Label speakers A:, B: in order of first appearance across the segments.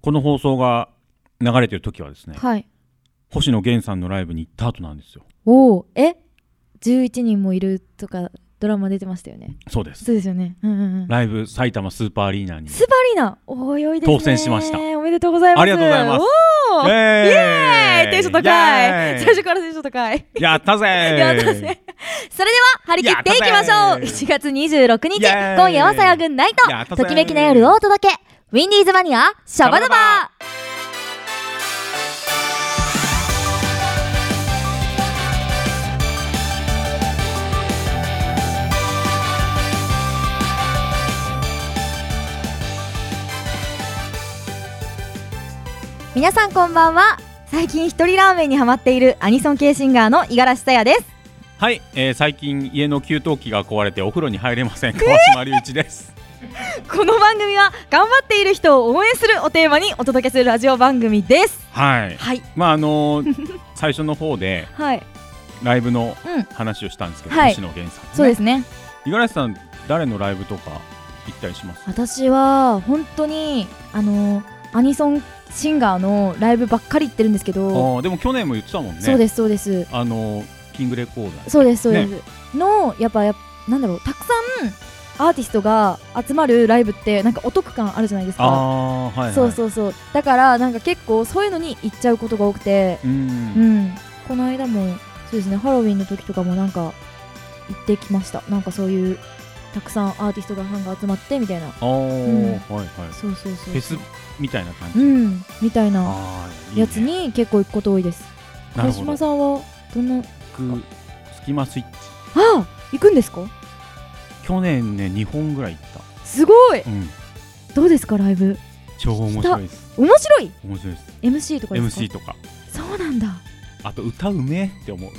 A: この放送が流れてる時はですね、
B: はい。
A: 星野源さんのライブに行った後なんですよ。
B: おお、え11人もいるとか、ドラマ出てましたよね。
A: そうです。
B: そうですよね。うんうんうん。
A: ライブ埼玉スーパーアリーナに。
B: スパリーナ、おー良いですね。
A: 当選しました
B: おめでとうございます。
A: ありがとうございます
B: おーイエーイテンション高い
A: イエーイ
B: 最初からテンション高い。
A: やったぜ
B: やったぜそれでは張り切っていきまし
A: や
B: ょ
A: っ
B: う
A: たぜ
B: !1 月26日、
A: イエーイ
B: 今夜はさやぐんナイ
A: やった
B: ト
A: ぜ
B: ときめきの夜をお届けウィンディーズマニア、シャバダバ皆さんこんばんは最近一人ラーメンにハマっているアニソン系シンガーの五十嵐さやです
A: はい、えー最近家の給湯器が壊れてお風呂に入れません。川島隆一です。
B: この番組は頑張っている人を応援するをテーマにお届けするラジオ番組です
A: はい。
B: はい
A: まああの ー最初の方で
B: はい
A: ライブの
B: うん
A: 話をしたんですけど、
B: はい
A: 星野源さん、ね。
B: そうですね
A: 五十嵐さん誰のライブとか行ったりします。
B: 私は本当にあのアニソンシンガーのライブばっかり行ってるんですけ
A: あ
B: ど、
A: ーでも去年も言ってたもんね。
B: そうですそうです
A: あのーキングレコーダー。
B: そうですそうです、のやっぱやっぱなんだろうたくさんアーティストが集まるライブってなんかお得感あるじゃないです
A: あ
B: か、
A: あはい、はい。
B: そうそうそうだからなんか結構そういうのに行っちゃうことが多くて
A: う。
B: うんんこの間もそうですねハロウィンの時とかもなんか行ってきましたなんかそういうたくさんアーティストがファンが集まってみたいな
A: ああ、
B: ん
A: はいはい。
B: そうそうそう
A: フェスみたいな感じ。
B: うんみたいな
A: ああ、いいね
B: やつに結構行くこと多いです。
A: なるほ
B: 川島
A: ど。
B: さんはどんな
A: 僕スキマスイッチ。
B: あ行くんですか？
A: 去年ね2本ぐらい行っ
B: すごい
A: た。うん。
B: どうですかライブ？
A: 超面白いです。
B: 面白い
A: 面白いです。
B: MC とかですか
A: MC とか。
B: そうなんだ。
A: あと歌うめえって思う。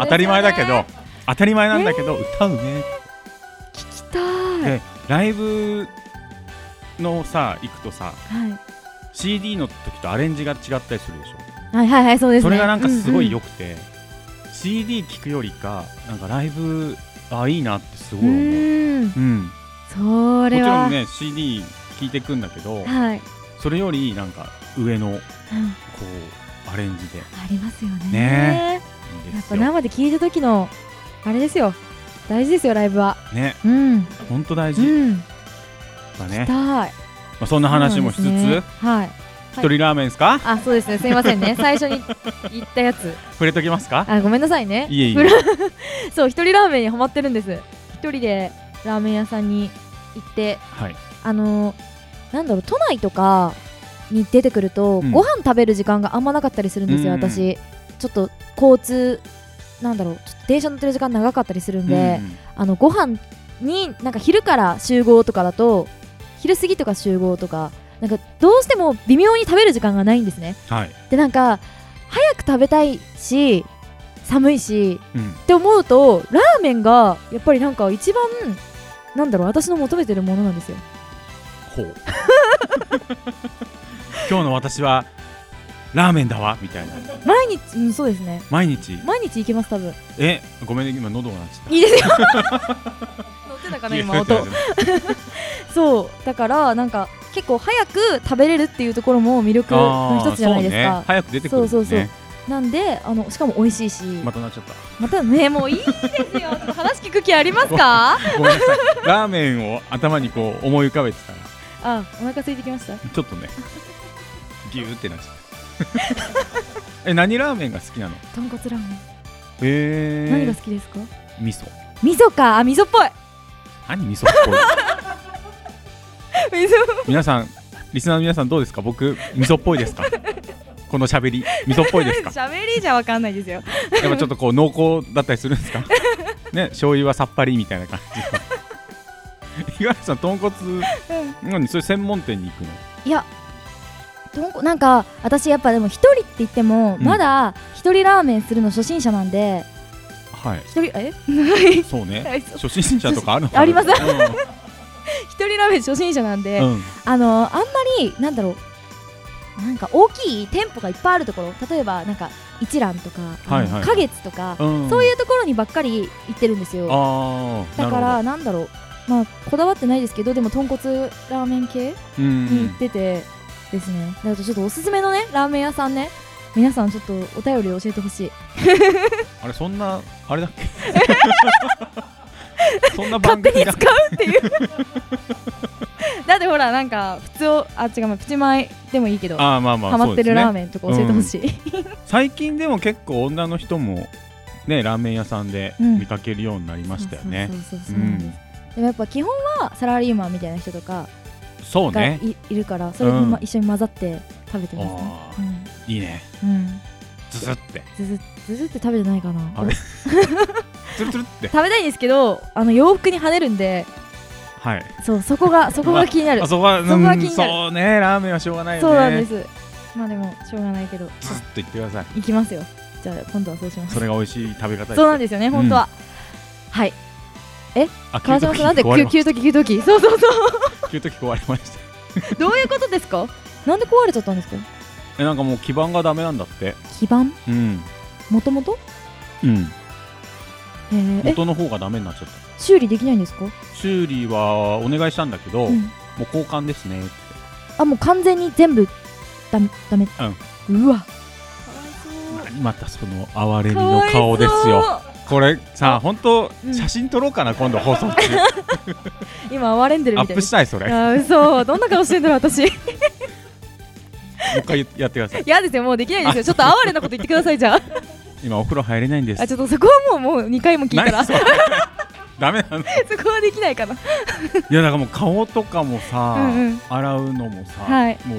A: 当たり前だけど、当たり前なんだけど、歌うめ
B: 聞きたい。
A: え。で、ライブのさ、行くとさ、
B: はい
A: CD の時とアレンジが違ったりするでしょ。
B: はいはいはいそうですね。
A: それがなんかすごい
B: よ。
A: 良くて、CD 聴くよりか、なんかライブ、あ、いいなってすご
B: う
A: い思う。
B: ーん
A: うん。も
B: そ
A: ち
B: れ
A: ろ
B: は
A: んね、CD 聴いてくんだけど、
B: はい、
A: それよりなんか上の、こ
B: うん
A: う、アレンジでい
B: ありますよね。
A: ねい
B: や
A: で
B: っ
A: す
B: ぱ
A: よ。
B: 生で聞いた時のあれですよ。大事ですよライブは。
A: ね、
B: うん
A: ほんと大
B: う
A: 事
B: ん。
A: だ
B: 聞
A: ね
B: き。たい。
A: まあ、そんな話もしつつ、
B: そうなんですねはい。
A: 一人ラーメンですか
B: あそうですねすいませ んね最初に言ったやつ。
A: 触れときますか
B: あごめんなさいね
A: いえいえ
B: フラ そう一人ラーメンにハマってるんです一人でラーメン屋さんに行って
A: はい
B: あのーなんだろう都内とかに出てくると、
A: うん
B: ご飯食べる時間があんまなかったりするんですよ、
A: うんうん
B: 私ちょっと交通なんだろうちょっと電車乗ってる時間長かったりするんで、あのご飯になんか昼から集合とかだと昼過ぎとか集合とかなんかどうしても微妙に食べる時間がないんですね
A: うんはい、
B: でなんか早く食べたいし寒いし
A: うん、
B: って思うとラーメンがやっぱりなんか一番なんだろう私の求めてるものなんですよ
A: ほ う今日の私はラーメンだわみたいな
B: 毎日、うん、そうですね
A: 毎日
B: 毎日行けます多分
A: えごめんね今喉が鳴っちゃった
B: いい ですよ乗ってたかな今
A: いや
B: 音そうだからなんか結構早く食べれるっていうところも魅力
A: あ
B: の
A: ー
B: 一つじゃないです
A: そうね
B: か、
A: 早く出てくるんです
B: そうそう
A: ね
B: なんであのしかも美味しいしま
A: またなっちゃった
B: たねもういいですよ ちょっと話聞く気あります か
A: ごめんなさいラーメンを頭にこう思い浮かべてたら
B: あお腹空いてきました
A: ちょっとね ギューってなっちゃった え何ラーメンが好きなの
B: 豚骨ラーメン、
A: えー、
B: 何が好きですか
A: 味噌
B: 味噌かあ味噌っぽい
A: 何味噌っぽい
B: 味噌
A: 皆さんリスナーの皆さんどうですか僕味噌っぽいですか この喋り味噌っぽい ですか
B: 喋りじゃわかんないですよ。
A: やっぱちょっとこう濃厚だったりするんですかね醤油はさっぱりみたいな感じ 岩橋さん豚骨何それ専門店に行くの
B: いや、どんこなんか私やっぱでも一人って言っても、
A: うん
B: まだ一人ラーメンするの初心者なんで
A: はい
B: 一人えはい
A: そうね
B: はいそう
A: 初心者とかあるのかな
B: あります
A: うん
B: 一人ラーメン初心者なん で、
A: うん
B: あのあんまりなんだろうなんか大きい店舗がいっぱいあるところ例えばなんか一蘭とか、あの
A: はいはいはい
B: 花月とか、
A: ん
B: そういうところにばっかり行ってるんですよ
A: ああ
B: だか
A: な
B: ら
A: る
B: なんだろうまあこだわってないですけどでも豚骨ラーメン系
A: ほどうん
B: に行ってて、ですねだからちょっとおすすめのねラーメン屋さんね皆さんちょっとお便り教えてほ しい
A: あれそんなあれだっ けそんな番
B: 勝手
A: 組
B: に
A: だ
B: 使
A: っ
B: う
A: け
B: っていう だってほらなんか普通をあ違うまあプチ米でもいいけどハ
A: あーまあまあ
B: マって
A: そうで
B: る
A: すね
B: ラーメンとか教えてほしい、
A: 最近でも結構女の人もねラーメン屋さんで
B: うん
A: 見かけるようになりましたよね
B: そ。うそうそう
A: う
B: そうなんです
A: ん、
B: でもやっぱ基本はサラリーマンみたいな人とか
A: そう
B: がい,、
A: ね。
B: いるからそれと、
A: うん
B: ま一緒に混ざって食べてますね
A: あーいいね。
B: うん、うん、
A: ズズって
B: ずずずずって食べてないかな
A: あれつるつるって。
B: 食べたいんですけどあの洋服に跳ねるんで
A: はい。
B: そうそこがそこが気になる
A: あそこは、うん
B: そこは気になる
A: そうねラーメンはしょうがないよね。
B: そうなんですまあでもしょうがないけど
A: ズズって言ってください。
B: 行きますよじゃあ今度はそうします
A: それが美味しい食べ方です。
B: そうなん
A: で
B: ですよね本当は、はい
A: あ、給湯
B: 川
A: 器
B: 島さんなんで
A: 壊れ
B: 急
A: まし
B: 急時急時そうそうそう
A: た給湯器壊れました。
B: どういうことですかなんで壊れちゃったんですか
A: えなんかもう基盤がダメなんだって。
B: 基盤
A: うん
B: もともと
A: うん。
B: えーえ
A: 元の方がダメになっちゃった。
B: 修理できないんですか
A: 修理はお願いしたんだけど、
B: う
A: も
B: ん
A: う交換ですねって。
B: あもう完全に全部ダメダメ、うわ
A: 何またその哀れみの顔ですよ。これさあ本当
B: うん
A: 写真撮ろうかな、今度放 送中
B: 今哀れんでる
A: ア
B: み
A: ッ
B: たい
A: プ
B: で
A: し
B: す
A: たいそれもう
B: あ嘘どんな顔してんだろう私
A: 一回やってください
B: 嫌ですよもうできないですよちょっと哀れなこと言ってくださいじゃあ
A: 今お風呂入れないんです
B: あちょっとそこはもうもう2回も聞いたら
A: 何
B: そ
A: それダ メなのい
B: こはできないかな
A: やだからもう顔とかもさ、
B: うんうん
A: 洗うのもさ、
B: はい
A: もう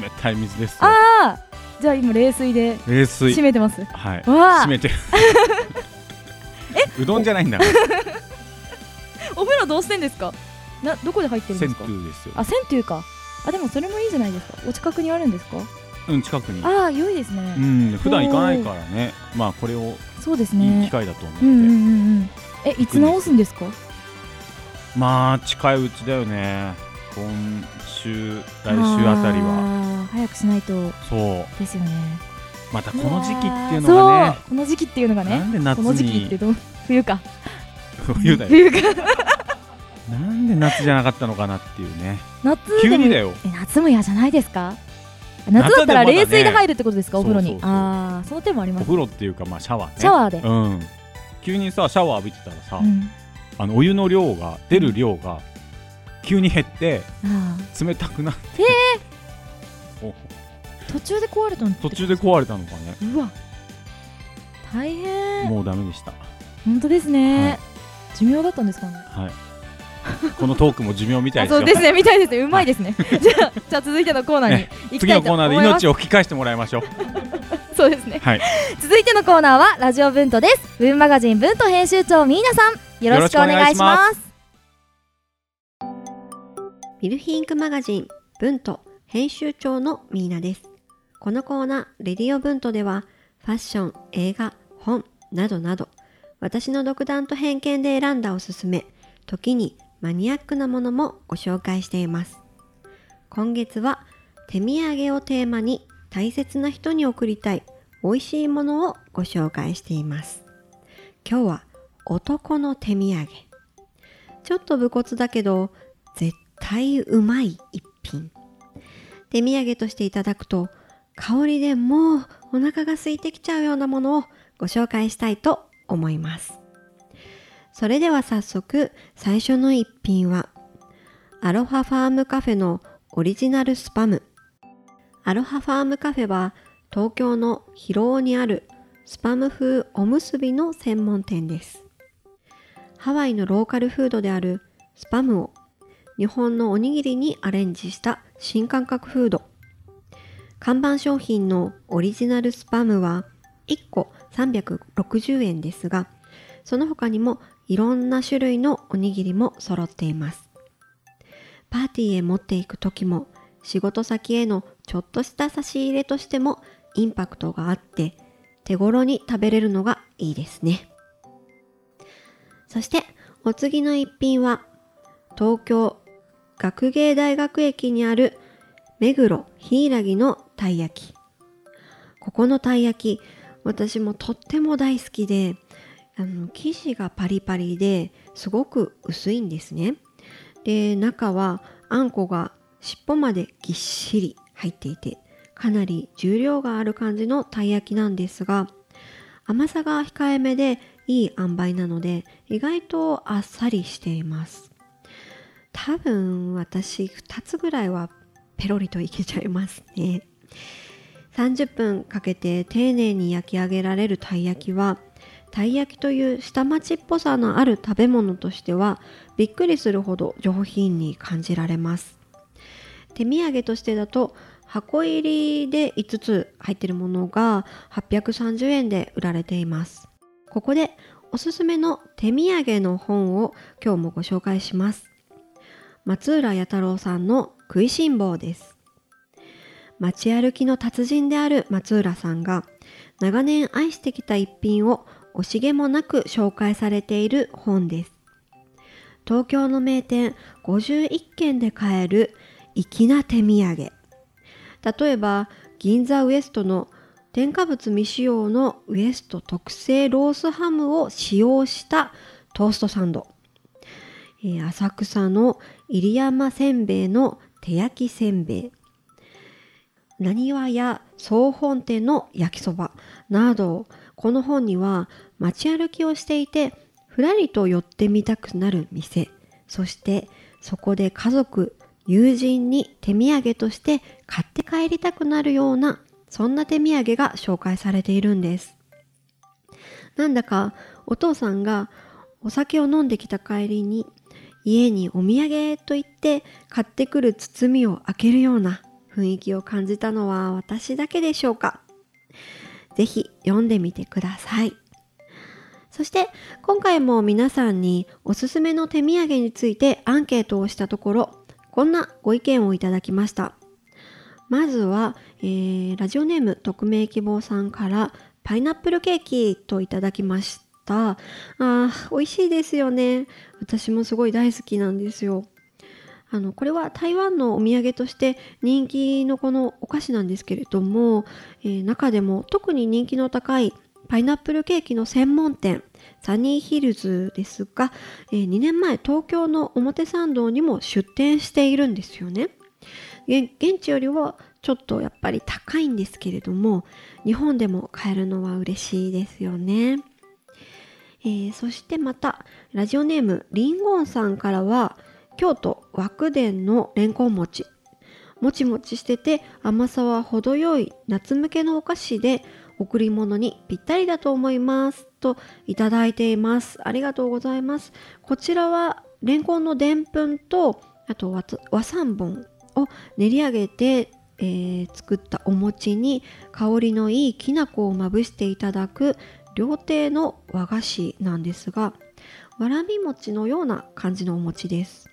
A: 冷たい水ですよ
B: ああじゃあ今冷水で
A: 冷水
B: 締めてます
A: はい
B: わあ
A: 閉めてうどんじゃないんだから
B: お風呂どうしてんですかなどこで入ってるんで
A: 銭
B: すか
A: 湯ですよ
B: あ銭湯かあでもそれもいいじゃないですかお近くにあるんですか
A: うん近くに
B: ああ良いですね、
A: うん普段行かないからねまあこれを
B: そうです
A: いい機
B: ね
A: 会だと思って、
B: うんうんうんうんえいつ直すんですか
A: まあ近いうちだよね今週来週あたりは
B: あー早くしないと
A: そう
B: ですよね
A: またこの時期っていうのがね
B: そうこの時期っていうのが
A: な
B: ね
A: んで夏
B: この時期って
A: に
B: どう冬か
A: 冬だよ
B: 冬か
A: なんで夏じゃなかったのかなっていう ね
B: 夏で
A: 急
B: も
A: にだよ
B: え夏も嫌じゃないですか夏だ
A: 夏でも
B: ったら
A: まだね
B: 冷水で入るってことですか、お風呂に
A: そうそうそう
B: ああその手もあり
A: お
B: ます
A: 風呂っていうかまあシャワーね
B: シャワーで、う
A: うん急にさシャワー浴びてたらさ、
B: ん、
A: あのお湯の量が出る量が急に減って
B: あ
A: 冷たくなって、 お
B: ー途中で壊れたのって
A: 途中で壊れたのかね
B: うわ大変
A: もうダメでした
B: 本当ですね、寿命だったんですかね
A: はいこのトークも寿命みたい
B: あ
A: です
B: そ
A: よ
B: うですねみたいですねうまいですね じゃあじゃあ続いてのコーナーに行き
A: 次
B: た
A: の
B: いと
A: コー
B: 思
A: ナ
B: い
A: ーで
B: ます
A: 命を吹き返してもらいましょう
B: そうですね、
A: はい
B: 続いてのコーナーはラジオ文とです文マガジン文と編集長みーなさんよろしくお願いします
C: ミルフィンクマガジン文と編集長のミーナです。このコーナー、レディオ文とでは、ファッション、映画、本などなど、私の独断と偏見で選んだおすすめ、時にマニアックなものもご紹介しています。今月は、手土産をテーマに大切な人に贈りたい美味しいものをご紹介しています。今日は、男の手土産。ちょっと武骨だけど、絶対うまい一品手土産としていただくと香りでもうお腹が空いてきちゃうようなものをご紹介したいと思いますそれでは早速最初の一品はアロハファームカフェのオリジナルスパムアロハファームカフェは東京の広尾にあるスパム風おむすびの専門店ですハワイのローカルフードであるスパムを日本のおにぎりにアレンジした新感覚フード看板商品のオリジナルスパムは1個360円ですがその他にもいろんな種類のおにぎりも揃っていますパーティーへ持っていく時も仕事先へのちょっとした差し入れとしてもインパクトがあって手頃に食べれるのがいいですねそしてお次の一品は東京学芸大学駅にある目黒柊のたい焼きここのたい焼き私もとっても大好きであの生地がパリパリですごく薄いんですねで中はあんこが尻尾までぎっしり入っていてかなり重量がある感じのたい焼きなんですが甘さが控えめでいい塩梅なので意外とあっさりしています多分私2つぐらいはペロリといけちゃいますね30分かけて丁寧に焼き上げられるたい焼きはたい焼きという下町っぽさのある食べ物としてはびっくりするほど上品に感じられます手土産としてだと箱入りで5つ入ってるものが830円で売られていますここでおすすめの手土産の本を今日もご紹介します松浦弥太郎さんの食いしん坊です街歩きの達人である松浦さんが長年愛してきた一品を惜しげもなく紹介されている本です東京の名店51軒で買える粋な手土産例えば銀座ウエストの添加物未使用のウエスト特製ロースハムを使用したトーストサンド、えー浅草の入山せんべいの手焼きせんべいなにわや総本店の焼きそばなどこの本には街歩きをしていてふらりと寄ってみたくなる店そしてそこで家族友人に手土産として買って帰りたくなるようなそんな手土産が紹介されているんですなんだかお父さんがお酒を飲んできた帰りに家にお土産と言って買ってくる包みを開けるような雰囲気を感じたのは私だけでしょうかぜひ読んでみてくださいそして今回も皆さんにおすすめの手土産についてアンケートをしたところこんなご意見をいただきましたまずは、えーラジオネーム匿名希望さんからパイナップルケーキといただきましたあー美味しいですよね私もすごい大好きなんですよあのこれは台湾のお土産として人気のこのお菓子なんですけれども、えー中でも特に人気の高いパイナップルケーキの専門店サニーヒルズですが、えー2年前東京の表参道にも出店しているんですよね現現地よりはちょっとやっぱり高いんですけれども日本でも買えるのは嬉しいですよね、えーそしてまたラジオネームリンゴンさんからは京都和久伝のレンコン餅もちもちしてて甘さは程よい夏向けのお菓子で贈り物にぴったりだと思いますといただいていますありがとうございますこちらはレンコンのでんぷんとあと和つ和三本を練り上げて、えー作ったお餅に香りのいいきな粉をまぶしていただく料亭の和菓子なんですがわらび餅のような感じのお餅です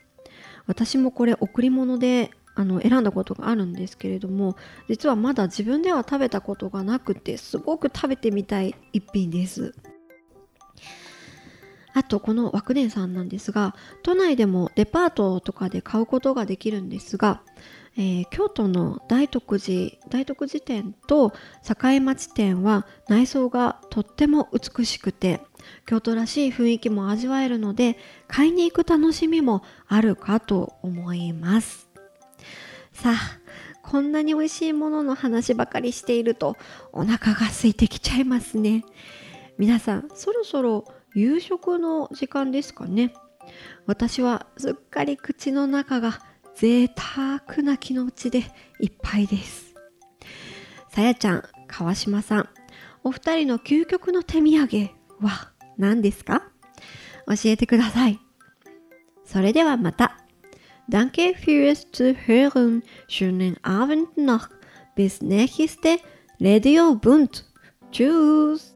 C: 私もこれ贈り物であの選んだことがあるんですけれども実はまだ自分では食べたことがなくてすごく食べてみたい一品ですあとこの枠伝さんなんですが都内でもデパートとかで買うことができるんですが、えー京都の大徳寺大徳寺店と栄町店は内装がとっても美しくて京都らしい雰囲気も味わえるので買いに行く楽しみもあるかと思いますさあこんなに美味しいものの話ばかりしているとお腹が空いてきちゃいますね皆さんそろそろ夕食の時間ですかね私はすっかり口の中が贅沢な気のうちでいっぱいですさやちゃん川島さんお二人の究極の手土産は何ですか教えてくださいそれではまた Danke fürs Zuhören. Schönen Abend noch. Bis nächste Radio Bund. Tschüss.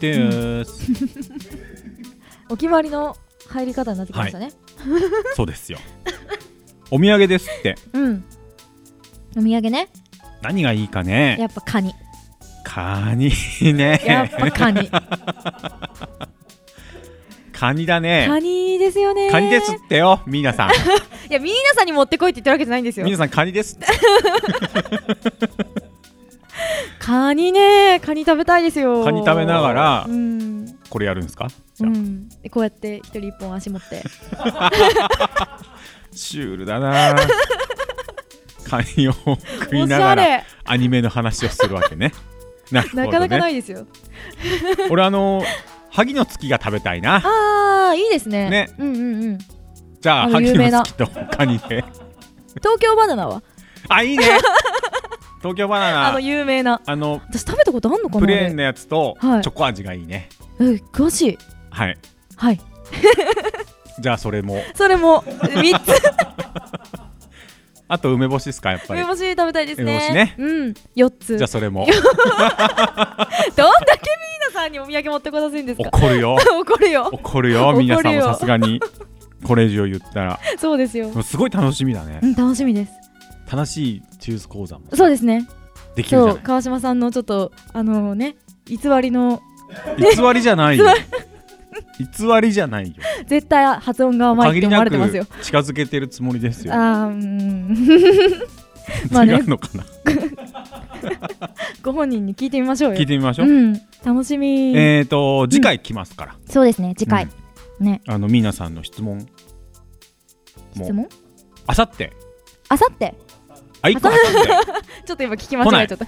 A: でーす、
B: お決まりの入り方になってきましたね、
A: そうですよお土産ですって
B: うんお土産ね
A: 何がいいかね
B: やっぱカニ
A: カニ
B: やっ
A: ね
B: ぱ カニ
A: カニだね
B: カニですよね
A: カニですってよみなさん
B: いや皆さんに持ってこいって言ってるわけじゃないんですよ
A: みなさんカニですって
B: カニねカニ食べたいですよ
A: カニ食べながら
B: うん
A: これやるんですかじゃ
B: う
A: あ
B: ん、でこうやって一人一本足持って
A: シュールだ なぁ観葉を 食い
B: おし
A: な
B: ゃ
A: がら
B: れ
A: アニメの話をするわけ ねなるほどね
B: なかなかないですよ
A: 俺あの萩の月が食べたい な
B: ああいいですね
A: ね
B: うんうんうん
A: じゃあ
B: あの
A: 萩
B: 有名
A: の
B: な
A: 月とカニで
B: 東京バナナは
A: あ いいね東京バナナ
B: あ
A: あ
B: の
A: の
B: 有名な私食べたことあんのかな
A: プレーン
B: あ
A: のやつと
B: はい
A: チョコ味がいいね
B: れうん詳しい
A: はい、
B: はい
A: じゃあそれも
B: それも3つ
A: あと梅干しですかやっぱり
B: 梅干し食べたいですね
A: 梅干しね
B: うん4つ
A: じ
B: ど
A: ゃあ
B: ん
A: それも
B: だけミーナさんにお土産持ってこさせるんですか
A: 怒るよ
B: 怒るよ
A: 怒るよ
B: 怒るよ
A: 皆さんもさすがにこれ以上言ったら
B: そうですよ
A: でもすごい楽しみだね
B: うん楽しみです
A: 楽しいチューズ講座も
B: そうですね
A: できるじ
B: そ
A: ゃ
B: う川島さんのちょっとあのね偽りの
A: ない偽りじゃないよ偽りじゃないよ
B: 絶対発音が甘いっ
A: 限
B: て
A: り
B: 思わ
A: な
B: れ
A: く
B: てますよ
A: 近づけてるつもりですよ
B: あーうーん まあね
A: 違うのかな
B: ご本人に聞いてみましょうよ
A: 聞いてみましょう
B: うん楽しみ、
A: えーと次回来ますから
B: そうですね次回、ね
A: あのミーナさんの質問
B: 質
A: もう
B: 問
A: あさって
B: あさって
A: あ一個挟んで
B: ちょっと今聞き間違えちゃった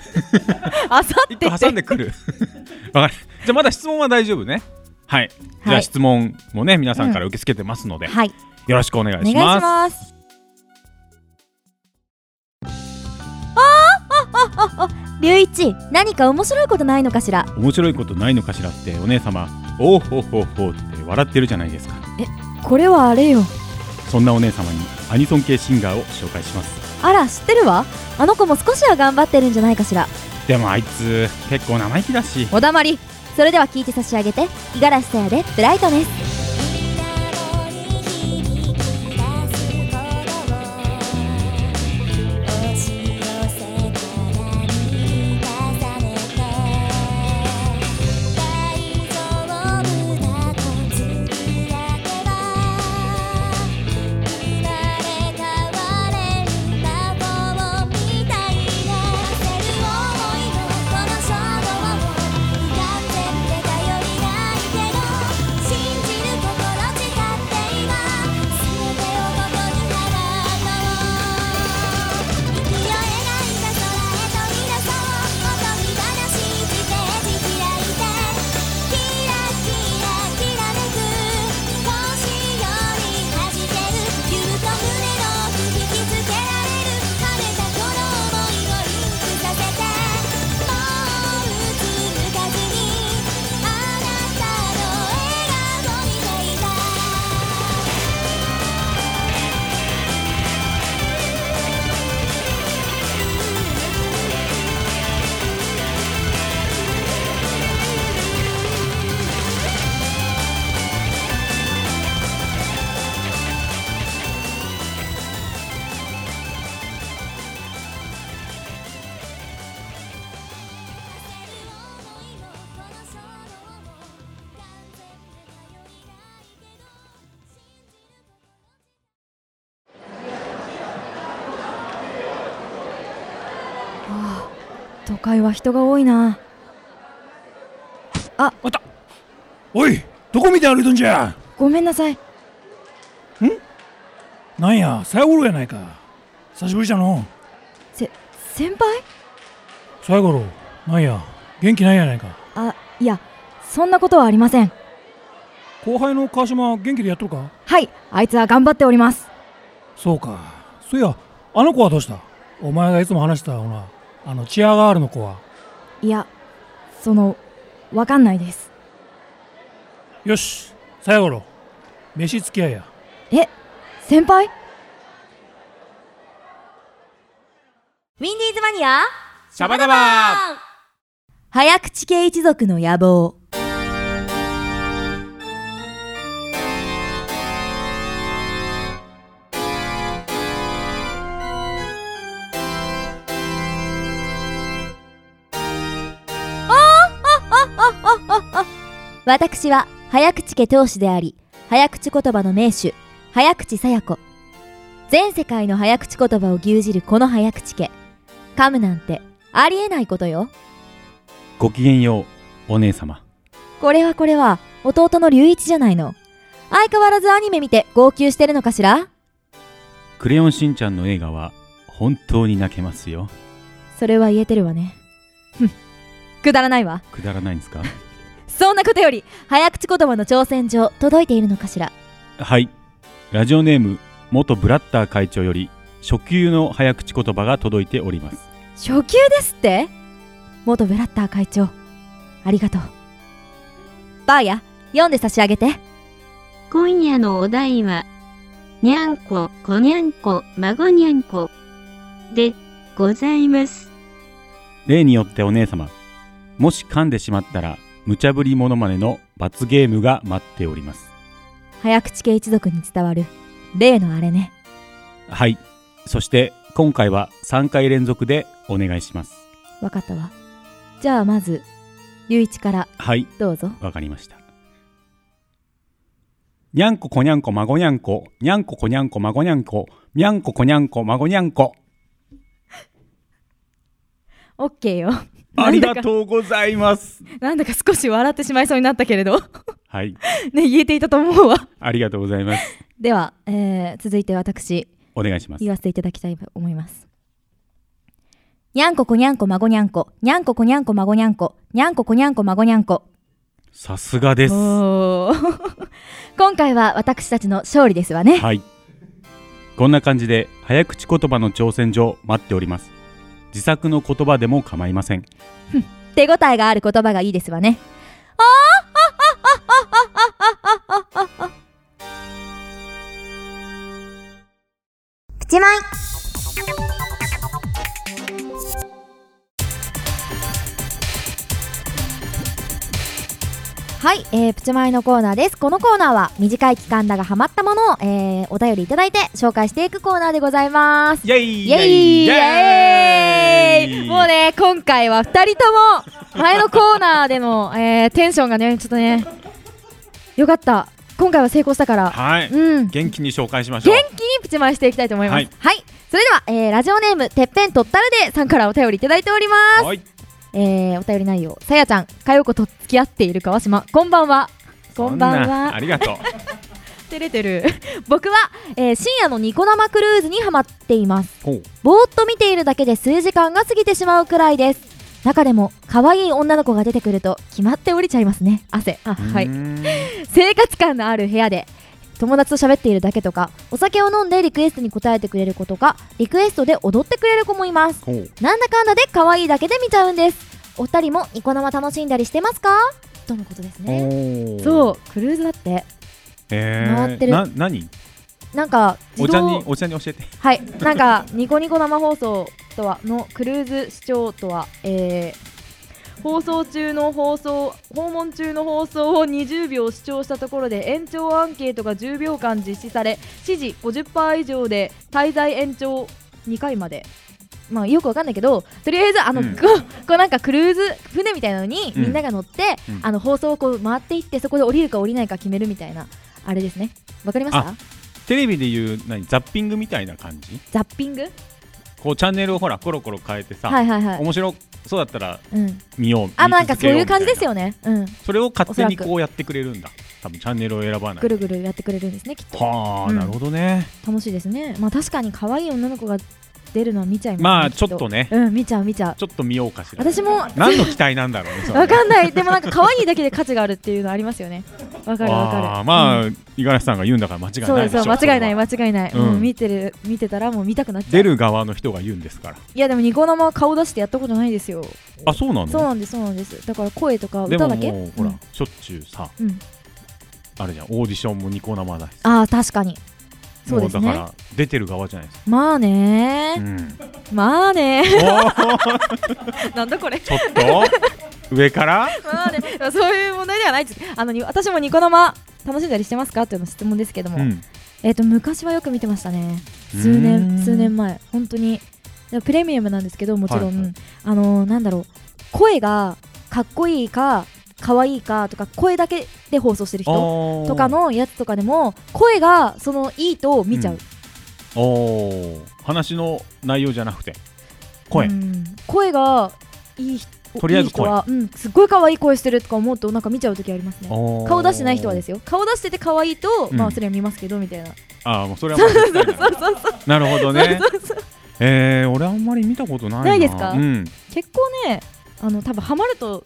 B: あさって
A: 一個
B: っ
A: 挟ん
B: て
A: でくる わかるじゃあまだ質問は大丈夫ねはいじゃ
B: は
A: あ
B: い
A: 質問もね皆さんから受け付けてますので
B: はい
A: よろしくお願い
B: お願い
A: し
B: し
A: ます
B: ますあああああ龍一何か面白いことないのかしら
A: 面白いことないのかしらってお姉様おーほほほって笑ってるじゃないですか
B: これはあれよ
A: そんなお姉様にアニソン系シンガーを紹介します
B: あら知ってるわあの子も少しは頑張ってるんじゃないかしら
A: でもあいつ結構生意気だし
B: おだまりそれでは聞いて差し上げて五十嵐さやでブライトです都会は人が多いな
D: おいどこ見て歩いとんじゃ
B: ごめんなさい
D: なんや最後ろやないか久しぶりじゃの
B: せ先輩
D: 最後ろなんや元気ないやないか
B: あいやそんなことはありません
D: 後輩の川島元気でやっとるか
B: はいあいつは頑張っております
D: そうかそういやあの子はどうしたお前がいつも話してたほらあのチアガールの子はい
B: やそのわかんないです
D: よし最後ろ飯付き合いや
B: 先輩
E: ウィンディーズマニア
A: シャバダバー
E: 早口系一族の野望
B: 私は早口家当主であり早口言葉の名手早口さや子全世界の早口言葉を牛耳るこの早口家噛むなんてありえないことよ
A: ごきげんようお姉様
B: これはこれは
E: 弟の龍一じゃないの。相変わらずアニメ見て号泣してるのかしら
A: クレヨンしんちゃんの映画は本当に泣けますよ
E: それは言えてるわね。ふん。くだらないわ。
A: くだらないんですか
E: そんなことより、早口言葉の挑戦状、届いているのかしら
A: はいラジオネーム元ブラッター会長より初級の早口言葉が届いております
E: 初級ですって元ブラッター会長ありがとうバーヤ読んで差し上げて
F: 今夜のお題は、にゃんこ、こにゃんこ、孫にゃんこ、で、ございます。
A: 例によってお姉様もし噛んでしまったら無茶ぶりモノマネの罰ゲームが待っております
E: 早口系一族に伝わる例のあれね
A: はいそして今回は3回連続でお願いします
E: わかったわじゃあまず龍一から
A: はい
E: どうぞ
A: わかりましたにゃんここにゃんこ孫にゃんこにゃんここにゃんこ孫にゃんこにゃんここにゃんこ孫にゃんこ
E: オッケーよ
A: あ
E: な
A: り
E: んだか
A: がとうございます
E: なんだか少し笑ってしまいそうになったけれど
A: はい
E: ね言えていたと思うわ
A: ありがとうございます
E: では、えー続いて私
A: お願いします
E: 言わせていただきたいと思いますにゃんここにゃんこ孫にゃんこにゃんここにゃんこ孫にゃんこにゃんここにゃんこ孫にゃんこ
A: さすがですは
E: おー 今回は私たちの勝利ですわね
A: いこんな感じで早口言葉の挑戦状待っております自作の言葉でも構いません
E: 手応えがある言葉がいいですわね
G: プチマイ
B: はい、えー、プチマイのコーナーです。このコーナーは短い期間だがハマったものを、えー、お便りいただいて紹介していくコーナーでございます。
A: イエイ
B: イエイイエイもうね、今回は2人とも前のコーナーでの、えー、テンションがね、ちょっとね、よかった。今回は成功したから、
A: はい
B: うん、元
A: 元気に紹介しまし
B: 気
A: ょう
B: にプチマイしていきたいと思います。は
A: はいい、
B: それでは、えー、ラジオネーム、てっぺんとったるでさんからお便りいただいております。
A: はい
B: えー、お便り内容さやちゃんかよこと付き合っている川島こんばんはこんばん
A: そな
B: は
A: ありがとう
B: 照れてる僕は、えー深夜のニコ生クルーズにハマっています
A: ほう
B: ぼーっと見ているだけで数時間が過ぎてしまうくらいです中でも可愛い女の子が出てくると決まって降りちゃいますね汗あはいう
A: ーん
B: 生活感のある部屋で友達と喋っているだけとかお酒を飲んでリクエストに応えてくれる子とかリクエストで踊ってくれる子もいます
A: ほう
B: なんだかんだで可愛いだけで見ちゃうんですお二人もニコ生楽しんだりしてますかとのことですねそううクルーズだって回
A: 回
B: ってる
A: な何
B: なんか
A: お
B: 自
A: 茶
B: 動
A: にお茶に教えて
B: はいなんかニコニコ生放送とはのクルーズ視聴とはえー放送中の放送訪問中の放送を20秒視聴したところで延長アンケートが10秒間実施され指示50%以上で滞在延長2回までまあよくわかんないけどとりあえずあの、
A: うん
B: こうこうなんかクルーズ船みたいなのに
A: うん
B: みんなが乗って、
A: うん
B: あの放送をこう回っていってそこで降りるか降りないか決めるみたいなあれですねわかりました
A: あテレビで言う何ザッピングみたいな感じ
B: ザッピング
A: こうチャンネルをほらコロコロ変えてさ、
B: はいはいはい、
A: 面白そうだったら
B: うん、
A: 見よう
B: あ、
A: 見
B: なんか
A: 続
B: そ
A: け
B: うい
A: よ
B: う感じです
A: み
B: よね。うん、
A: たいなそれを勝手に
B: おそらく
A: こうやってくれるんだ多分チャンネルを選ばない
B: ぐるぐるやってくれるんですね、きっと。
A: はあ、
B: うん
A: なるほどね
B: 楽しいですね。まあ、確かに可愛い女の子が出るのは見ちゃいます、ね。
A: まあ
B: き
A: ちょっとね
B: うん、見ちゃう、見ちゃう。
A: ちょっと見ようかしら
B: 私も。
A: 何の期待なんだろうねそれ
B: わかんない、でもなんか可愛いだけで価値があるっていうのありますよね。わかる、わかる。
A: あーまあ、
B: うん
A: 五十嵐さんが言うんだから間違い
B: そう
A: ないで
B: で
A: すしょ
B: そう間違いない
A: それは
B: 間違いない、
A: うん
B: もう見てる見てたらもう見たくなっちゃう
A: 出る側の人が言うんですから
B: いやでもニコ生は顔出してやったことないですよ
A: あそうなの
B: そうなんですそうなんですだから声とか
A: で
B: 歌
A: も
B: だけ
A: もうほら、
B: うん
A: しょっちゅうさ、
B: うん
A: あるじゃんオーディションもニコ生だし
B: ああ確かにそ
A: も
B: うで
A: う
B: す
A: だか
B: ね
A: ら出てる側じゃないですか、
B: まあね
A: うん、
B: まあね
A: おー
B: なんだこれ
A: ちょっと上から
B: まあね、そういう問題ではないです。あのに私もニコ生楽しんだりしてますかというの質問ですけども、
A: うん
B: えっ、と昔はよく見てましたね。数
A: うーん
B: 年数年前本当にでプレミアムなんですけどもちろん、
A: はいはい
B: あのなんだろう声がかっこいいか可愛いかとか声だけで放送してる人
A: おー
B: とかのやつとかでも声がそのいいと見ちゃう。
A: おー話の内容じゃなくて声、
B: うん声がいい
A: とりあえず来い
B: いい人は、うん、すっごい可愛い声してるとか思うとなんか見ちゃう時ありますね顔
A: 顔
B: 出してない人はですすよ顔出してて可愛いと、
A: うん
B: まあそれは見ますけどみたいな
A: ああもうそれはもう 絶対だなるほどねえー、俺あんまり見たことないな
B: ないですか
A: うん、
B: 結構ねあの多分ハマると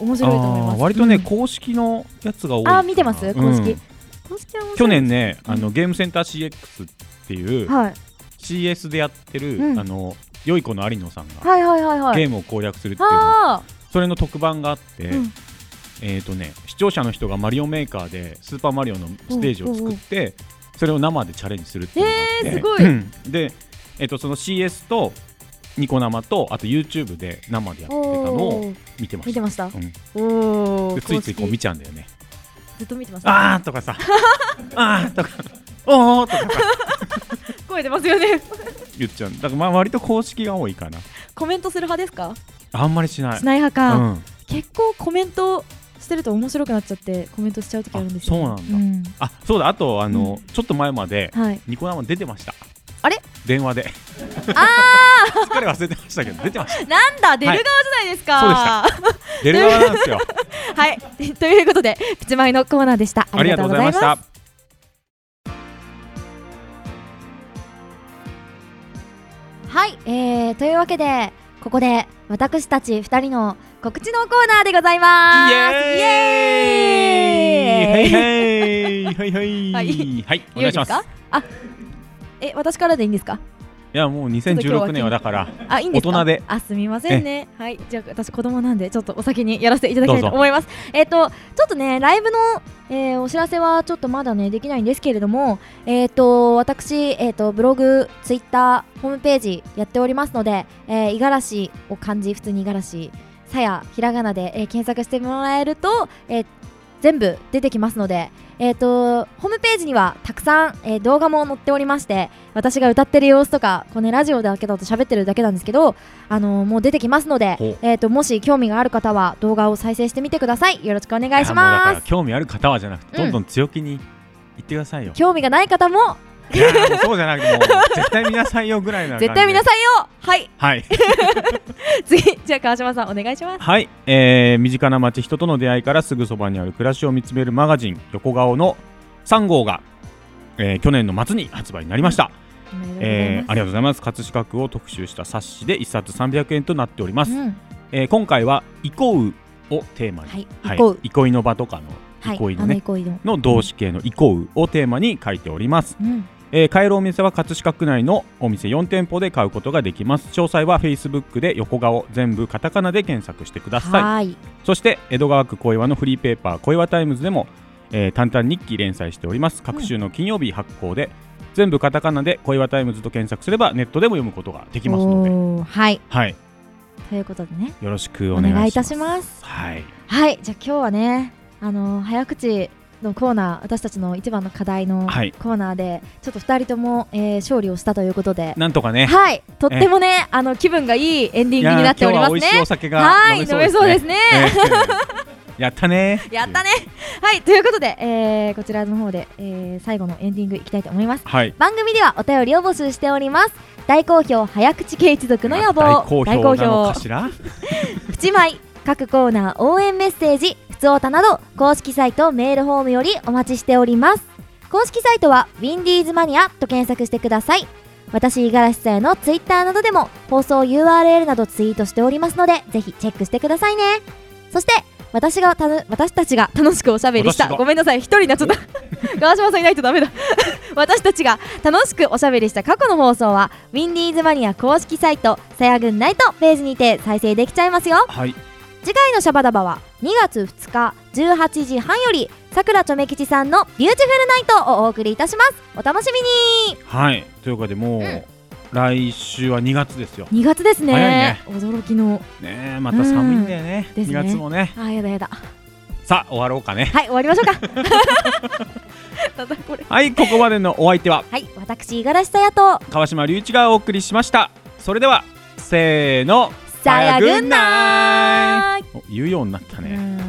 B: 面
A: あ
B: 白いと思いま
A: ー
B: す
A: 割とね、
B: うん
A: 公式のやつが多い
B: あー見てます公式
A: うん
B: 公式は面白い
A: 去年ねあのゲームセンター CX っていう、
B: はい
A: CS でやってる、
B: うん
A: あの良い子の有野さんが、
B: はいはいはいはい
A: ゲームを攻略するっていうの
B: あ
A: それの特番があって、
B: うん
A: えっ、とね視聴者の人がマリオメーカーでスーパーマリオのステージを作って、それを生でチャレンジするっていうのがあって、
B: えーすごい
A: うんで、えー、とその CS とニコ生とあと YouTube で生でやって
B: ー
A: たの
B: お
A: を
B: ー
A: 見てま
B: 見
A: してた。
B: ました
A: うん、
B: お
A: で
B: ー
A: ついついこう
B: 公
A: 見
B: 式
A: ちゃうんだよね。
B: ずっと見てました
A: あーとかさ、あーとか、おーとかさ
B: 声出ますよね
A: 言っちゃう。だからまあ割と公式が多いかな。
B: コメントする派ですか
A: あんまりしない。
B: しない派か、
A: うん、
B: 結構コメントしてると面白くなっちゃってコメントしちゃう時あるんですよ、
A: あそうなんだあそうだあとあの、ちょっと前まで
B: だはい
A: ニコ生出てました
B: あれ
A: 電話で あすっかり忘れてましたけど出てました
B: なんだ出る側じゃないですか、
A: は出る側なんですよ
B: はい、ということで、プチマイのコーナーでした。
A: ありがとうございました
E: はい、えー、というわけでここで私たち二人の告知のコーナーでございます
A: イ
E: イエーイ
A: エーイはいはいはいは
B: はい
A: いはいお願いします
B: よいですかあ、え、私からでいいんですか。
A: いやもう2016年はだから
B: あ、いいんですか。
A: 大人で
B: あ、すみませんね。はい、じゃあ私子供なんでちょっとお先にやらせていただきたいと思います。えっ、とちょっとねライブの、えーお知らせはちょっとまだねできないんですけれども、えっ、と私えっ、とブログ、ツイッター、ホームページやっておりますので、えー、五十嵐を漢字普通に五十嵐さやひらがなで、えー検索してもらえると、えー全部出てきますので。えっとホームページにはたくさん、えー動画も載っておりまして私が歌ってる様子とかこう、ね、ラジオだけだと喋ってるだけなんですけど、あのもう出てきますので
A: ほう、
B: えー、ともし興味がある方は動画を再生してみてくださいよろしくお願いし
A: やもうだか
B: ま
A: ら
B: す
A: 興味ある方はじゃなくて
B: うん
A: どんどん強気に言ってください よ、
B: 興味がない方も
A: いやもうそうじゃなくてもう絶対見なさいよぐらいな感じで
B: 絶対皆さんよはい
A: はい
B: 次じゃあ川島さんお願いします
A: はい、えー身近な街人との出会いからすぐそばにある暮らしを見つめるマガジン横顔の3号が、えー去年の末に発売になりました、
B: おめでとうござい
A: えーあ
B: ま
A: りがとうございます葛飾区を特集した冊子で1冊300円となっておりますす、
B: うん
A: えー今回は「イコウ」をテーマに、
B: はい
A: はい
B: 憩う
A: 憩いの場とか
B: は
A: の
B: い
A: 憩いの
B: あの
A: ね、
B: 憩いの
A: の動詞形の「イコウ」をテーマに書いております
B: うん
A: えー買えるお店は葛飾区内のお店4店舗で買うことができます詳細は Facebook で横顔全部カタカナで検索してください
B: はーい
A: そして江戸川区小岩のフリーペーパー小岩タイムズでも、えー、淡々日記連載しております各週の金曜日発行で、全部カタカナで小岩タイムズと検索すればネットでも読むことができますので、
B: おーはい
A: はい、
B: ということでね
A: よろしく
B: お
A: お願いします
B: 願いいたします
A: はい、
B: はいじゃあ今日はねあの早口のコーナー私たちの一番の課題のコ
A: はい
B: ーナーで、ちょっと2人とも、えー勝利をしたということで
A: なんとかね
B: はいとってもねあの気分がいいエンディングになっております
A: いやー今日は美味しい
B: ね
A: お酒が
B: はい
A: 飲
B: 飲
A: め
B: め
A: そ
B: そうう
A: で
B: ですす
A: ね
B: ね
A: え ーやったね
B: やったねはいということで、えーこちらの方で、えー最後のエンディングいきたいと思います
A: はい
E: 番組ではお便りを募集しております大好評早口系一族の野望
A: 大好評なのかしら
E: プチマイ各コーナー応援メッセージふつおたなど公式サイトメールフォームよりお待ちしております公式サイトは「ウィンディーズマニア」と検索してください私五十嵐さやのツイッターなどでも放送 URL などツイートしておりますのでぜひチェックしてくださいねそして私がたぬ私たちが
B: 楽しくおしゃべりし
A: 私
B: た
A: が
B: ごめんなさい一人になっちゃった川島さんいないと ダメだ私たちが楽しくおしゃべりした過去の放送はウィンディーズマニア公式サイトさやぐんナイトページにて再生できちゃいますよ
A: はい
B: 次回のシャバダバは2月2日18時半よりさくらちょめ吉さんのビューティフルナイトをお送りいたしますお楽しみ
A: はいというわけでもう、来週は2月ですよ
B: に2月ですね
A: 早いね
B: 驚きの
A: ねえまた寒いんだよね,、
B: うん
A: 2月もね
B: あーやだやだ
A: さあ終わろうかね
B: はい終わりましょうかただこれ
A: はいここまでのお相手は
E: はい私五十嵐さやと
A: 川島隆一がお送りしましたそれではせーの
E: さやぐ
A: んいお言うようになったね、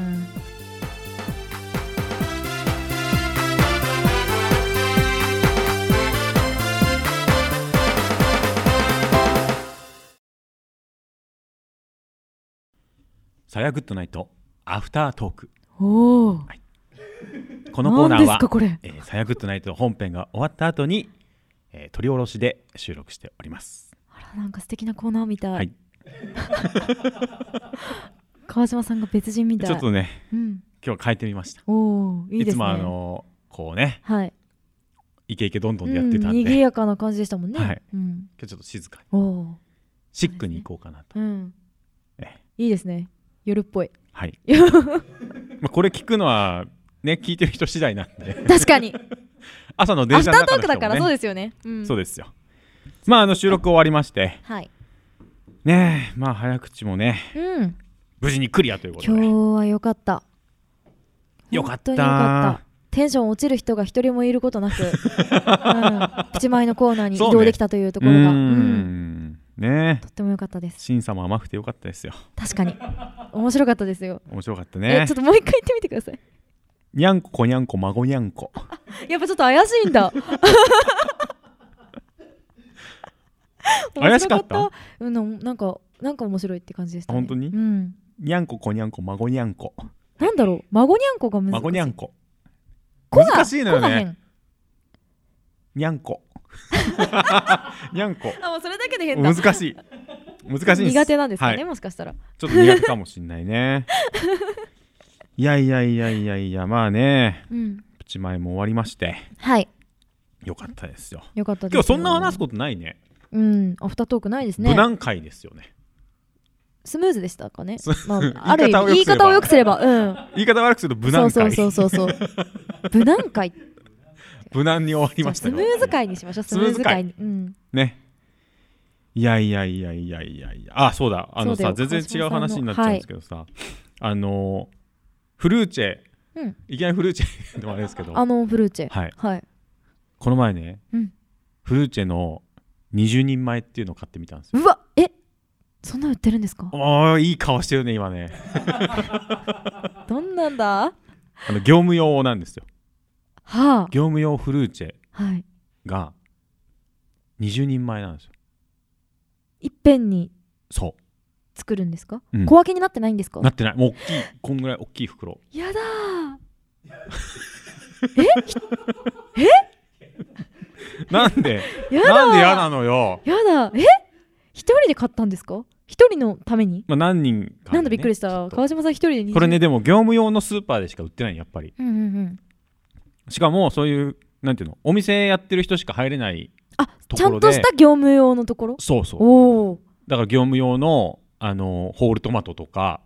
A: さやグッドナイトアフタートーク
H: おお。
A: このコーナー
H: です
A: は
H: かこれ。
A: えーさやグッドナイト本編が終わった後に、えー、撮り下ろしで収録しております
H: あらなんか素敵なコーナーみたい。
A: はい
H: 川島さんが別人みたい。
A: ちょっとね
H: うん。
A: 今日は変えてみました
H: おおいい
A: い
H: ですね。
A: つもあのこうね
H: はい。
A: イケイケどんどんでやってた
H: うん
A: んで、
H: 賑
A: 今
H: やかな感じでしたもんね。
A: はい
H: うん。
A: 日ちょっと静かに
H: おお。
A: シックに行こうかなと、
H: うん
A: ええ。
H: いいですね。夜っぽい。
A: はい、 まあこれ聞くのはね聞いてる人次第なんで
H: 確かに。
A: 朝の
H: ア
A: 電
H: フ
A: 車
H: タ
A: の
H: ート
A: 中
H: ークだからそう
A: で
H: ですよね。うん。
A: そうですよまああの収録終わりまして
H: はい。
A: ねえまあ早口もね
H: うん。
A: 無事にクリアということ
H: 今
A: で
H: 日は良かった。
A: よかっ
H: 本当に良か
A: た
H: テンション落ちる人が一人もいること なく、うん、プチマイのコーナーに移
A: そうね
H: 動できたというと
A: う
H: こ
A: ー
H: ろが、うん
A: んねえ
H: とっても良かったです
A: 審査も甘くてよかったですよ
H: 確かに面白かったですよ、
A: 面白かった
H: え
A: ね
H: ちょっともう一回言ってみてください
A: にゃんここにゃんこ孫にゃんこ
H: やっぱちょっと怪しいんだ
A: 怪しかった
H: 面白うんななんかなんか面白いって感じでした、ね、
A: あ本当に
H: うん
A: にゃんここにゃんこ孫にゃんこ
H: なんだろう孫にゃんこが難し
A: 孫
H: い
A: にゃんこ
H: こが
A: 難しいのよ
H: こが
A: ね
H: 変
A: にゃん こにゃんこ
H: あもうそれだけで変だ
A: 難しい難しいんです
H: 苦手なんですかね、
A: はい
H: もしかしたら
A: ちょっと苦手かもしんないね いやいやいやいやいやまあね
H: うん
A: プチ前も終わりまして
H: はい
A: よかったですよ
H: よかったです
A: 今日そんな話す
H: こ
A: ことないね
H: とうんアフタートークないですね
A: 無難回ですよね
H: スムーズでしたかね
A: そう。
H: まあ、ある意味
A: 言
H: 言
A: い
H: い
A: 方
H: 方
A: を
H: を
A: 良
H: 良
A: く
H: くすれば、うん。
A: 言い方悪くすると無難回
H: そうそうそうそうそう。無難会。
A: 無難に終わりました
H: ス
A: よ
H: ムーズ会にしましょう。スムーズ会に。うん。
A: ねいやいやいやいやいやいやあそうだあの
H: そ
A: さ
H: うだ
A: 全
H: よ
A: 然違う話になっちゃうんですけどさ、あのフルーチェ、
H: うん
A: いきなりフルーチェでもあれですけど
H: あのフルーチェ。
A: はい
H: はい。
A: この前ね、
H: うん
A: フルーチェの20人前っていうのを買ってみたんですよ
H: うわ、え、そんなの売ってるんですか。
A: ああいい顔してるね今ね
H: どんなんだ。は
A: あの業務用なんですよ
H: あ。
A: 業務用フルーチェ
H: はい。
A: が20人前なんですよ
H: いっぺんに
A: そ
H: 作るんですか
A: うん。
H: 小分けになってないんですか
A: うな。ってないもう大きいこんぐらい大きい袋
H: やだー。
A: なんで
H: やだー。
A: なんで嫌なのよ、
H: やだ。え。一人で買ったんですか。一人のために。
A: まあ、何人か、ね、
H: なんだびっくりし
A: ちょ
H: た。
A: っと
H: 川島さん一人で20。
A: これねでも業務用のスーパーでしか売ってないやっぱり
H: うんうんうん。
A: しかもそういうなんていうのお店やってる人しか入れない
H: あ、
A: と
H: ち
A: こ
H: ゃ
A: ろ
H: ん
A: で
H: とした業務用のところ。
A: そうそう
H: おお。
A: だから業務用のあのホールトマトとか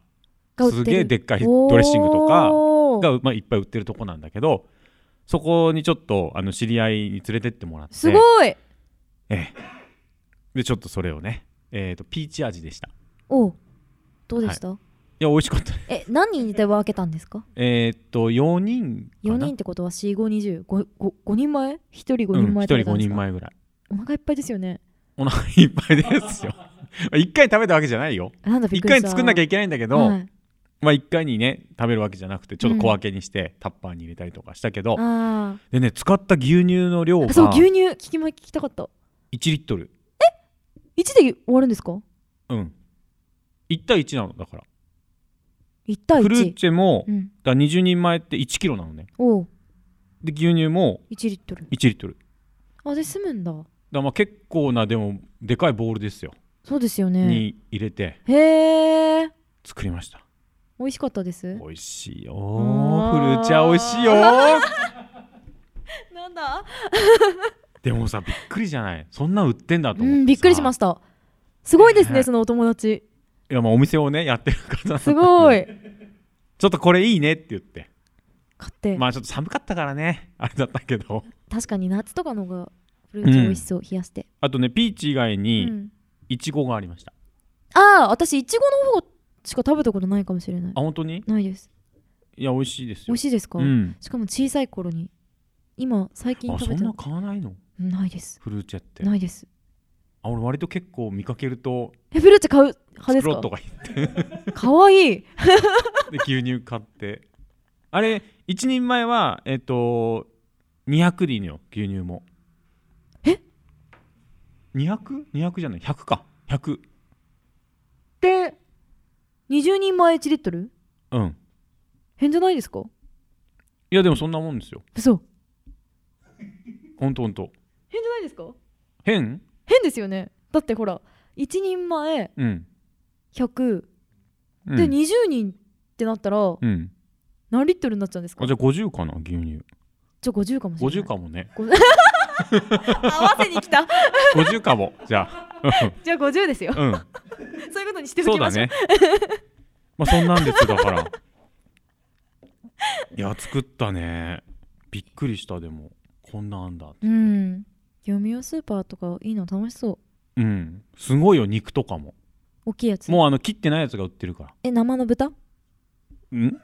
H: が売って
A: す
H: る
A: げえでっかいドレッシングとか
H: おー
A: が、まあ、いっぱい売ってるとこなんだけどそこにちょっとあの知り合いに連れてってもらって
H: すごい、
A: ええでちょっとそれをね、えー、とピーチ味でしたい
H: おうどうでした、
A: や美味しかった ね
H: え何人で分けたんですか
A: えっと4人かな
H: 4人ってことは4525人前1人5
A: うん
H: 人
A: 1
H: 前って
A: 人5
H: ことなんです
A: 人
H: か、
A: 前ぐらい
H: お腹いっぱいですよね
A: お腹いっぱいですよ1 回食べたわけじゃないよ
H: あなんだび
A: 1
H: っくり
A: 回
H: した
A: に作んなきゃ
H: い
A: いけないんだけ
H: け
A: ど、
H: はい、
A: まあ1回にね食べるわけじゃなくてちょっと小分けにして、タッパーに入れたりとかしたけど
H: あ
A: でね使った牛乳の量が
H: ーそう牛
A: 1
H: 乳聞きま聞きたかった
A: リットル
H: 1で終わるんですか
A: うん1対1なのだから
H: 1対1
A: フルーチェも
H: うん、
A: だから20人前って1キロなのね
H: おう
A: で牛乳も
H: 1リットル
A: 1リットルだか
H: あで済むんだ
A: らまあ結構なでもでかいボールですよ、
H: そうですよね
A: に入れて
H: へえ
A: 作りました
H: 美味しかったです
A: 美味しいよ
H: あ
A: フ
H: ー
A: ルーチェは美味しいよ
H: なんだ
A: でもさびっくりじゃないそんなん売ってんだと
H: う
A: 思ってさ、
H: んびっくりしましたすごいです
A: ね
H: ねそのお友達
A: いやまあお店をねやってる方なんです
H: ごい
A: ちょっとこれいいねって言って
H: 買って、
A: まあちょっと寒かったからね あれだったけど
H: 確かに夏とかの方がフルーツ美味しそう、冷やして、
A: あとねピーチ以外
H: う
A: に
H: ん、
A: いちごがありました、
H: ああ私いちごの方しか食べたことないかもしれない
A: あ本当に
H: ないです
A: いや美味しいです
H: 美
A: よ
H: 味しいですか、
A: うん
H: しかも小さい頃に今最近
A: あ
H: 食
A: そ
H: べ
A: ん
H: た
A: な買わないの
H: ないです
A: フルーチェって
H: ないです
A: あ俺割と結構見かけると
H: えフルーツ買う派
A: 作
H: です
A: ろう
H: か
A: とか
H: かわいい
A: 言って牛乳買ってあれ一人前はえっ、と200でいいのよ牛乳も
H: え
A: 200?200 じゃない100か100
H: で20人前1リットル
A: うん
H: 変じゃないですか
A: いやでもそんなもんですよ
H: 嘘
A: ほんとほんと
H: 変じゃないですか
A: 変
H: 変ですよねだってほら1人前
A: うん、
H: 100
A: うん、
H: で20人ってなったら
A: うん
H: 何リットルになっちゃうんですか
A: あじゃあ50かな牛乳
H: じゃあ50かもしれない
A: 50かもね
H: 合わせに来た
A: 50かもじゃあ
H: じゃあ50ですよ
A: うんうん
H: そういうことにしてお
A: そう
H: きま
A: だ
H: しょう
A: ねまあそんなんですだからいや作ったねびっくりしたでもこんなあんだ
H: うん業務用スーパーとかいいの楽しそう
A: うんすごいよ肉とかも
H: 大きいやつ
A: もうあの切ってないやつが売ってるから
H: え生の豚
A: うん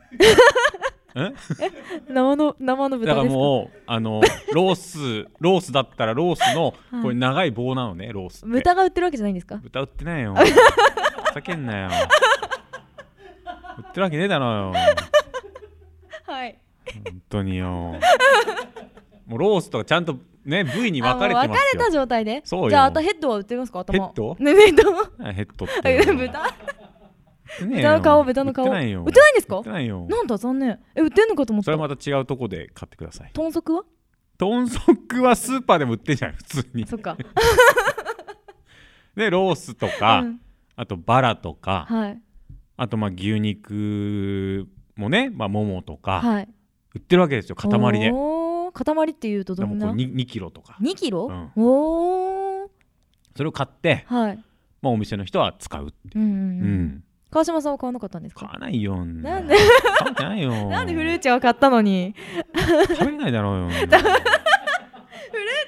H: 生の生の
A: だか
H: 豚
A: ら
H: ですか
A: もうあの ロースロースだったらロースの
H: はい
A: これ長い棒なのねロースって
H: 豚が売ってるわけじゃないんですか
A: 豚売って ないよふざけんなよ売ってるわけねえだろよ
H: はい
A: 本当によもうロースとかちゃんとね部位に
H: あ
A: 分かれて
H: もう
A: ます
H: 分かれた
A: よ
H: 状態で
A: そうよ
H: じゃああとヘッドは売ってますか頭
A: ヘッド
H: ねヘッド
A: ヘッドっ
H: え
A: て
H: 豚
A: 豚
H: 豚の顔豚の顔
A: 売ってないよ
H: 売ってないんですか
A: 売ってないよ
H: なんだ残念え売ってんのかと思っ
A: そ
H: た
A: れはまた違うとこで買ってください
H: 豚足は
A: 豚足はスーパーでも売ってんじゃない普通に
H: そっか
A: でロースとか、
H: うん
A: あとバラとか、
H: はい
A: あとまあ牛肉もね、まあ、ももとか、
H: はい
A: 売ってるわけですよ塊ででも
H: おー塊っていうとどん
A: こ
H: な
A: れ 2, 2キロとか
H: 2キロ
A: うん
H: おー
A: それを買って、
H: はい
A: まあ、お店の人は使うって
H: うんう
A: うん
H: うん
A: ん
H: 川島さんは買わなかったんです
A: 買
H: か
A: わないよ
H: なんで
A: 買わないよ
H: なんでフルーチェは買ったのに
A: 食べないだろうよ
H: フルー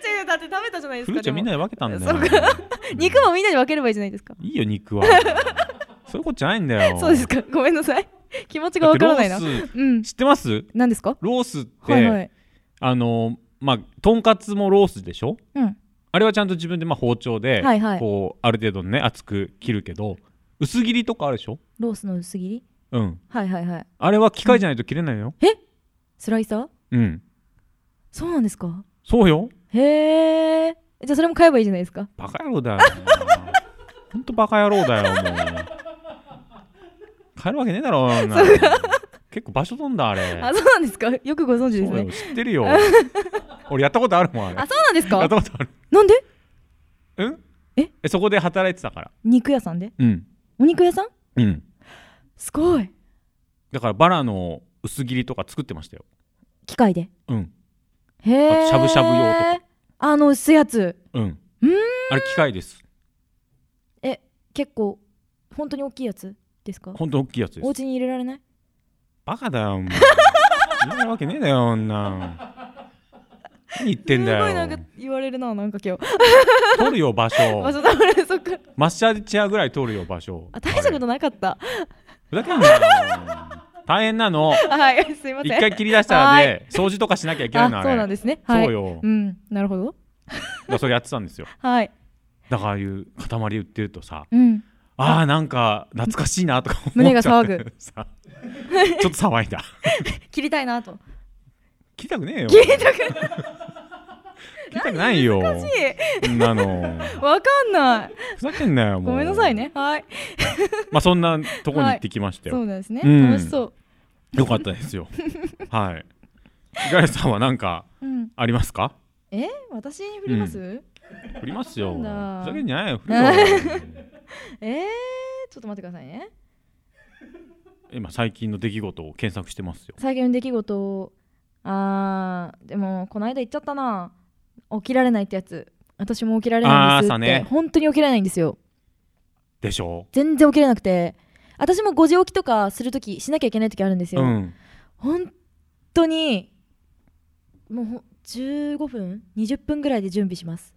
H: チェだって食べたじゃないで
A: フ
H: すか
A: ルーチェみんな
H: で
A: で分けたんだ
H: そ
A: よ
H: うも肉もみんなに分ければいいじゃないですか
A: いいよ肉 はそういうことじゃないんだよ
H: そうですかごめんなさい 気持ちが
A: だっ
H: わ
A: て
H: か
A: ロ
H: らないな
A: ース
H: うん
A: 知ってます
H: 何ですか
A: ロースって、
H: はいはい
A: あのまあとんかつもロースでしょ、
H: うん
A: あれはちゃんと自分でまあ包丁で、
H: はいはい
A: こうある程度ね厚く切るけど薄切りとかあるでしょ
H: ロースの薄切り
A: うん
H: はいはいはい
A: あれは機械じゃないと切れないよ
H: スライサー
A: うん、
H: そうなんですか
A: そうよ
H: へえじゃあそれも買えばいいじゃないですか
A: バカ野郎だよ ほんとバカ野郎だよもう買えるわけねえだろ あんな結構場所飛んだあれ
H: あそうなんですかよくご存知です
A: そう
H: ね
A: よ知ってる よ俺やったことあるもんあれ
H: あそうなんです
A: やっ
H: か
A: たことある
H: なんで
A: うん
H: え
A: えそこで働いてたから
H: 肉屋さんで
A: うん
H: お肉屋さん
A: うん
H: すごい
A: だからバラの薄切りとか作ってましたよ
H: 機械で
A: うん
H: へえ
A: あとしゃぶしゃぶ用
H: とかあの薄いやつ
A: うん
H: うーん
A: あれ機械です
H: 結構本当に大きいやつですか
A: ほんと大きいやつで
H: お
A: す
H: 家に入れられない
A: バカだよお前言えるわけねえだよ女何言ってんだ
H: すごいなんか
A: よ
H: 言われるななんか今日
A: 取るよ場
H: あ
A: 所
H: そうだこれそっか
A: マッサージチェアぐらい取るよ場所
H: あ大したこと
A: あれ
H: なかった
A: ふざけんなよ大変なの
H: あはいすいませ
A: 一
H: ん
A: 回切り出したらね掃除とかしなきゃいけないの
H: あ
A: あ
H: そうなん
A: れ
H: ですねはい
A: そうよ
H: うんなるほど
A: だからそれやってたんですよ
H: はい
A: だからああいう塊売ってるとさ
H: うん
A: あーなんか懐かしいなとか思っ
H: 胸が
A: ちゃっ
H: 騒
A: て
H: ぐ
A: さちょっと騒いだ
H: 切りたいなと
A: 聞きたくねえよ
H: 切りたくな
A: 聞きたくないよ
H: い
A: そんなの
H: わかんない
A: ふざけんなよもう
H: ごめんなさいねはい
A: まあそんなとこに行ってきましたよ、
H: そうなんですね
A: うん
H: 楽しそう
A: よかったですよはい五十嵐さんは何か
H: うん
A: ありますか
H: え私に振ります
A: 振りますよふ
H: なんだ
A: ざけんじゃないよ振る よ
H: えーちょっと待ってくださいね
A: 今最近の出来事を検索してますよ
H: 最近の出来事をあーでもこの間言っちゃったな起きられないってやつ私も起きられないんです
A: あー朝
H: って、
A: ね
H: 本当に起きられないんですよ
A: でしょ
H: 全然起きれなくて私も5時起きとかするときしなきゃいけないときあるんです
A: う
H: よ、
A: ん
H: 本当にもうほん15分20分ぐらいで準備します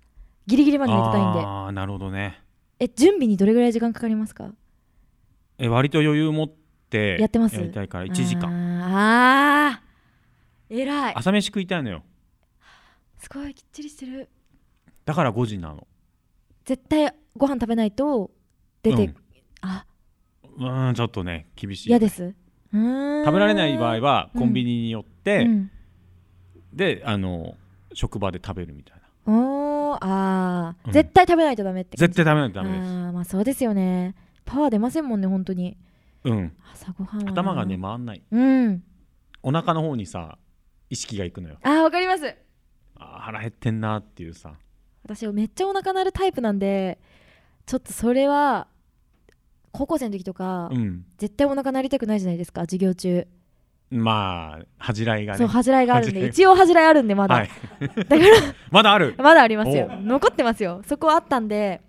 H: ギリギリまで寝てたいんで
A: ああなるほどね
H: え準備にどれぐらい時間かかりますか
A: え割と余裕持って
H: やってます
A: りたいから1時間
H: あーあー偉い
A: 朝飯食いたいのよ
H: すごいきっちりしてる
A: だから5時なの
H: 絶対ご飯食べないと出て、あ
A: うん、うんちょっとね厳しい
H: 嫌ですすうーん
A: 食べられない場合は
H: うん
A: コンビニに寄って、
H: うん、
A: であの職場で食べるみたいな
H: おーあー、
A: うん
H: 絶対食べないとダメって感
A: 絶対
H: じ
A: 食べないとダメです
H: あーまあそうですよねパワー出ませんもんね本当に
A: うん
B: 朝ごはんはな
A: 頭がね回んない
B: うん
A: お腹の方にさ意識がいくのよ
B: あーわかります
A: あー腹減ってんなーっていうさ
B: 私めっちゃお腹鳴るタイプなんでちょっとそれは高校生の時とか、
A: うん
B: 絶対お腹鳴りたくないじゃないですか授業中、
A: まあ恥じらいがね
B: そう恥じらいがあるん
A: 恥じ
B: で
A: らい
B: 一応恥じらいあるんでまだ、
A: はい、
B: だから
A: まだある
B: まだありますよ
A: お
B: 残ってますよそこはあったんで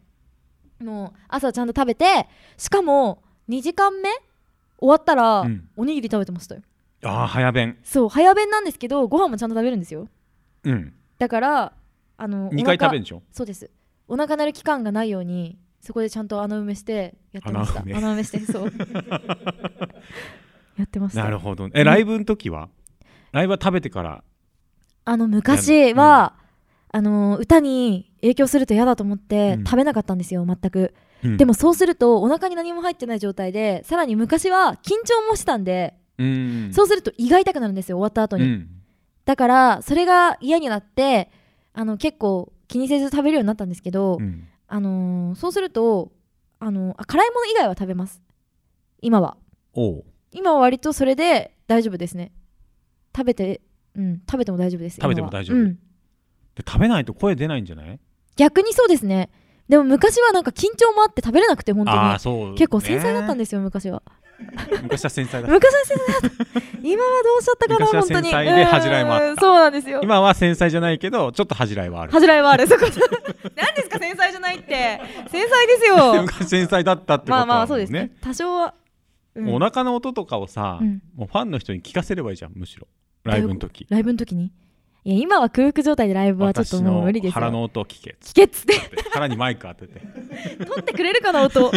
B: もう朝ちゃんと食べてしかも2時間目終わったら、
A: うん
B: おにぎり食べてましたよ
A: ああ早弁
B: そう早弁なんですけどご飯もちゃんと食べるんですよ
A: うん
B: だからあの
A: 2回
B: お腹
A: 食べるんでしょ
B: そうですお腹鳴る期間がないようにそこでちゃんと穴埋めしてやってました
A: 穴埋め
B: 穴埋めしてそう やってました
A: なるほどえライブの時は、ライブは食べてから
B: あの昔は、あの歌に影響すると嫌だと思って、
A: うん
B: 食べなかったんですよ全く
A: うん
B: でもそうするとお腹に何も入ってない状態でさらに昔は緊張もしてたんで、
A: うん
B: そうすると胃が痛くなるんですよ終わった後
A: う
B: に、
A: ん
B: だからそれが嫌になってあの結構気にせず食べるようになったんですけど、
A: うん
B: あのーそうすると、あのーあ辛いもの以外は食べます今は
A: おう
B: 今は割とそれで大丈夫ですね食べてうん食べても大丈夫です
A: 食べても
B: 今は
A: 大丈夫
B: うん
A: で食べないと声出ないんじゃない
B: 逆にそうですねでも昔はなんか緊張もあって食べれなくて本当
A: ああ
B: に
A: そう
B: 結構繊細だったん
A: で
B: ですよ、昔は
A: 昔は繊細だった
B: 昔は繊細だった今はどうしちゃったかな
A: 昔は
B: 本当に
A: 繊細で恥じらいもあった
B: うんそうなんですよ
A: 今は繊細じゃないけどちょっと恥じらいはある
B: 恥じらい はあるそこ何ですか繊細じゃないって繊 細ですよ
A: 昔繊細だったってこと
B: ま
A: は
B: あまあ
A: も
B: そうですね多少は、うん
A: お腹の音とかをさ、
B: うん
A: もうファンの人に聞かせればいいじゃんむしろライブの時
B: ライブの時にいや今は空腹状態でライブはちょっと
A: 私
B: もう
A: の
B: 無理ですよ
A: 腹の音を聞けっつ
B: 聞けっつって
A: って腹にマイク当てて
B: 撮ってくれるかな音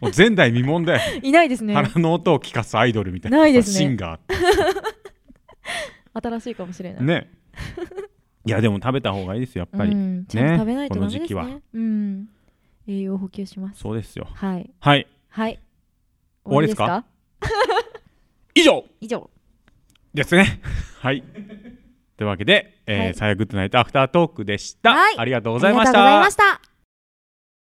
A: もう前代未聞だよ、
B: いない ですね
A: 腹の音を聞かすアイドルみたいな
B: ないですね
A: シンガーって
B: 新しいかもしれない
A: ねいやでも食べた方がいいですよやっぱり、
B: うん、ちゃんと食べないと
A: こ
B: ダ
A: の
B: メですね
A: 時期は
B: うん栄養補給します
A: そうですよ
B: はい
A: はい
B: はい
A: 終わりですか以上
B: 以上
A: ですね はいというわけで「えー
B: はい
A: サヤグッドナイトアフタートーク」でした、
B: はい
A: ありがとうご
B: ご
A: ざいまし
B: ありがとうござい
A: た
B: ました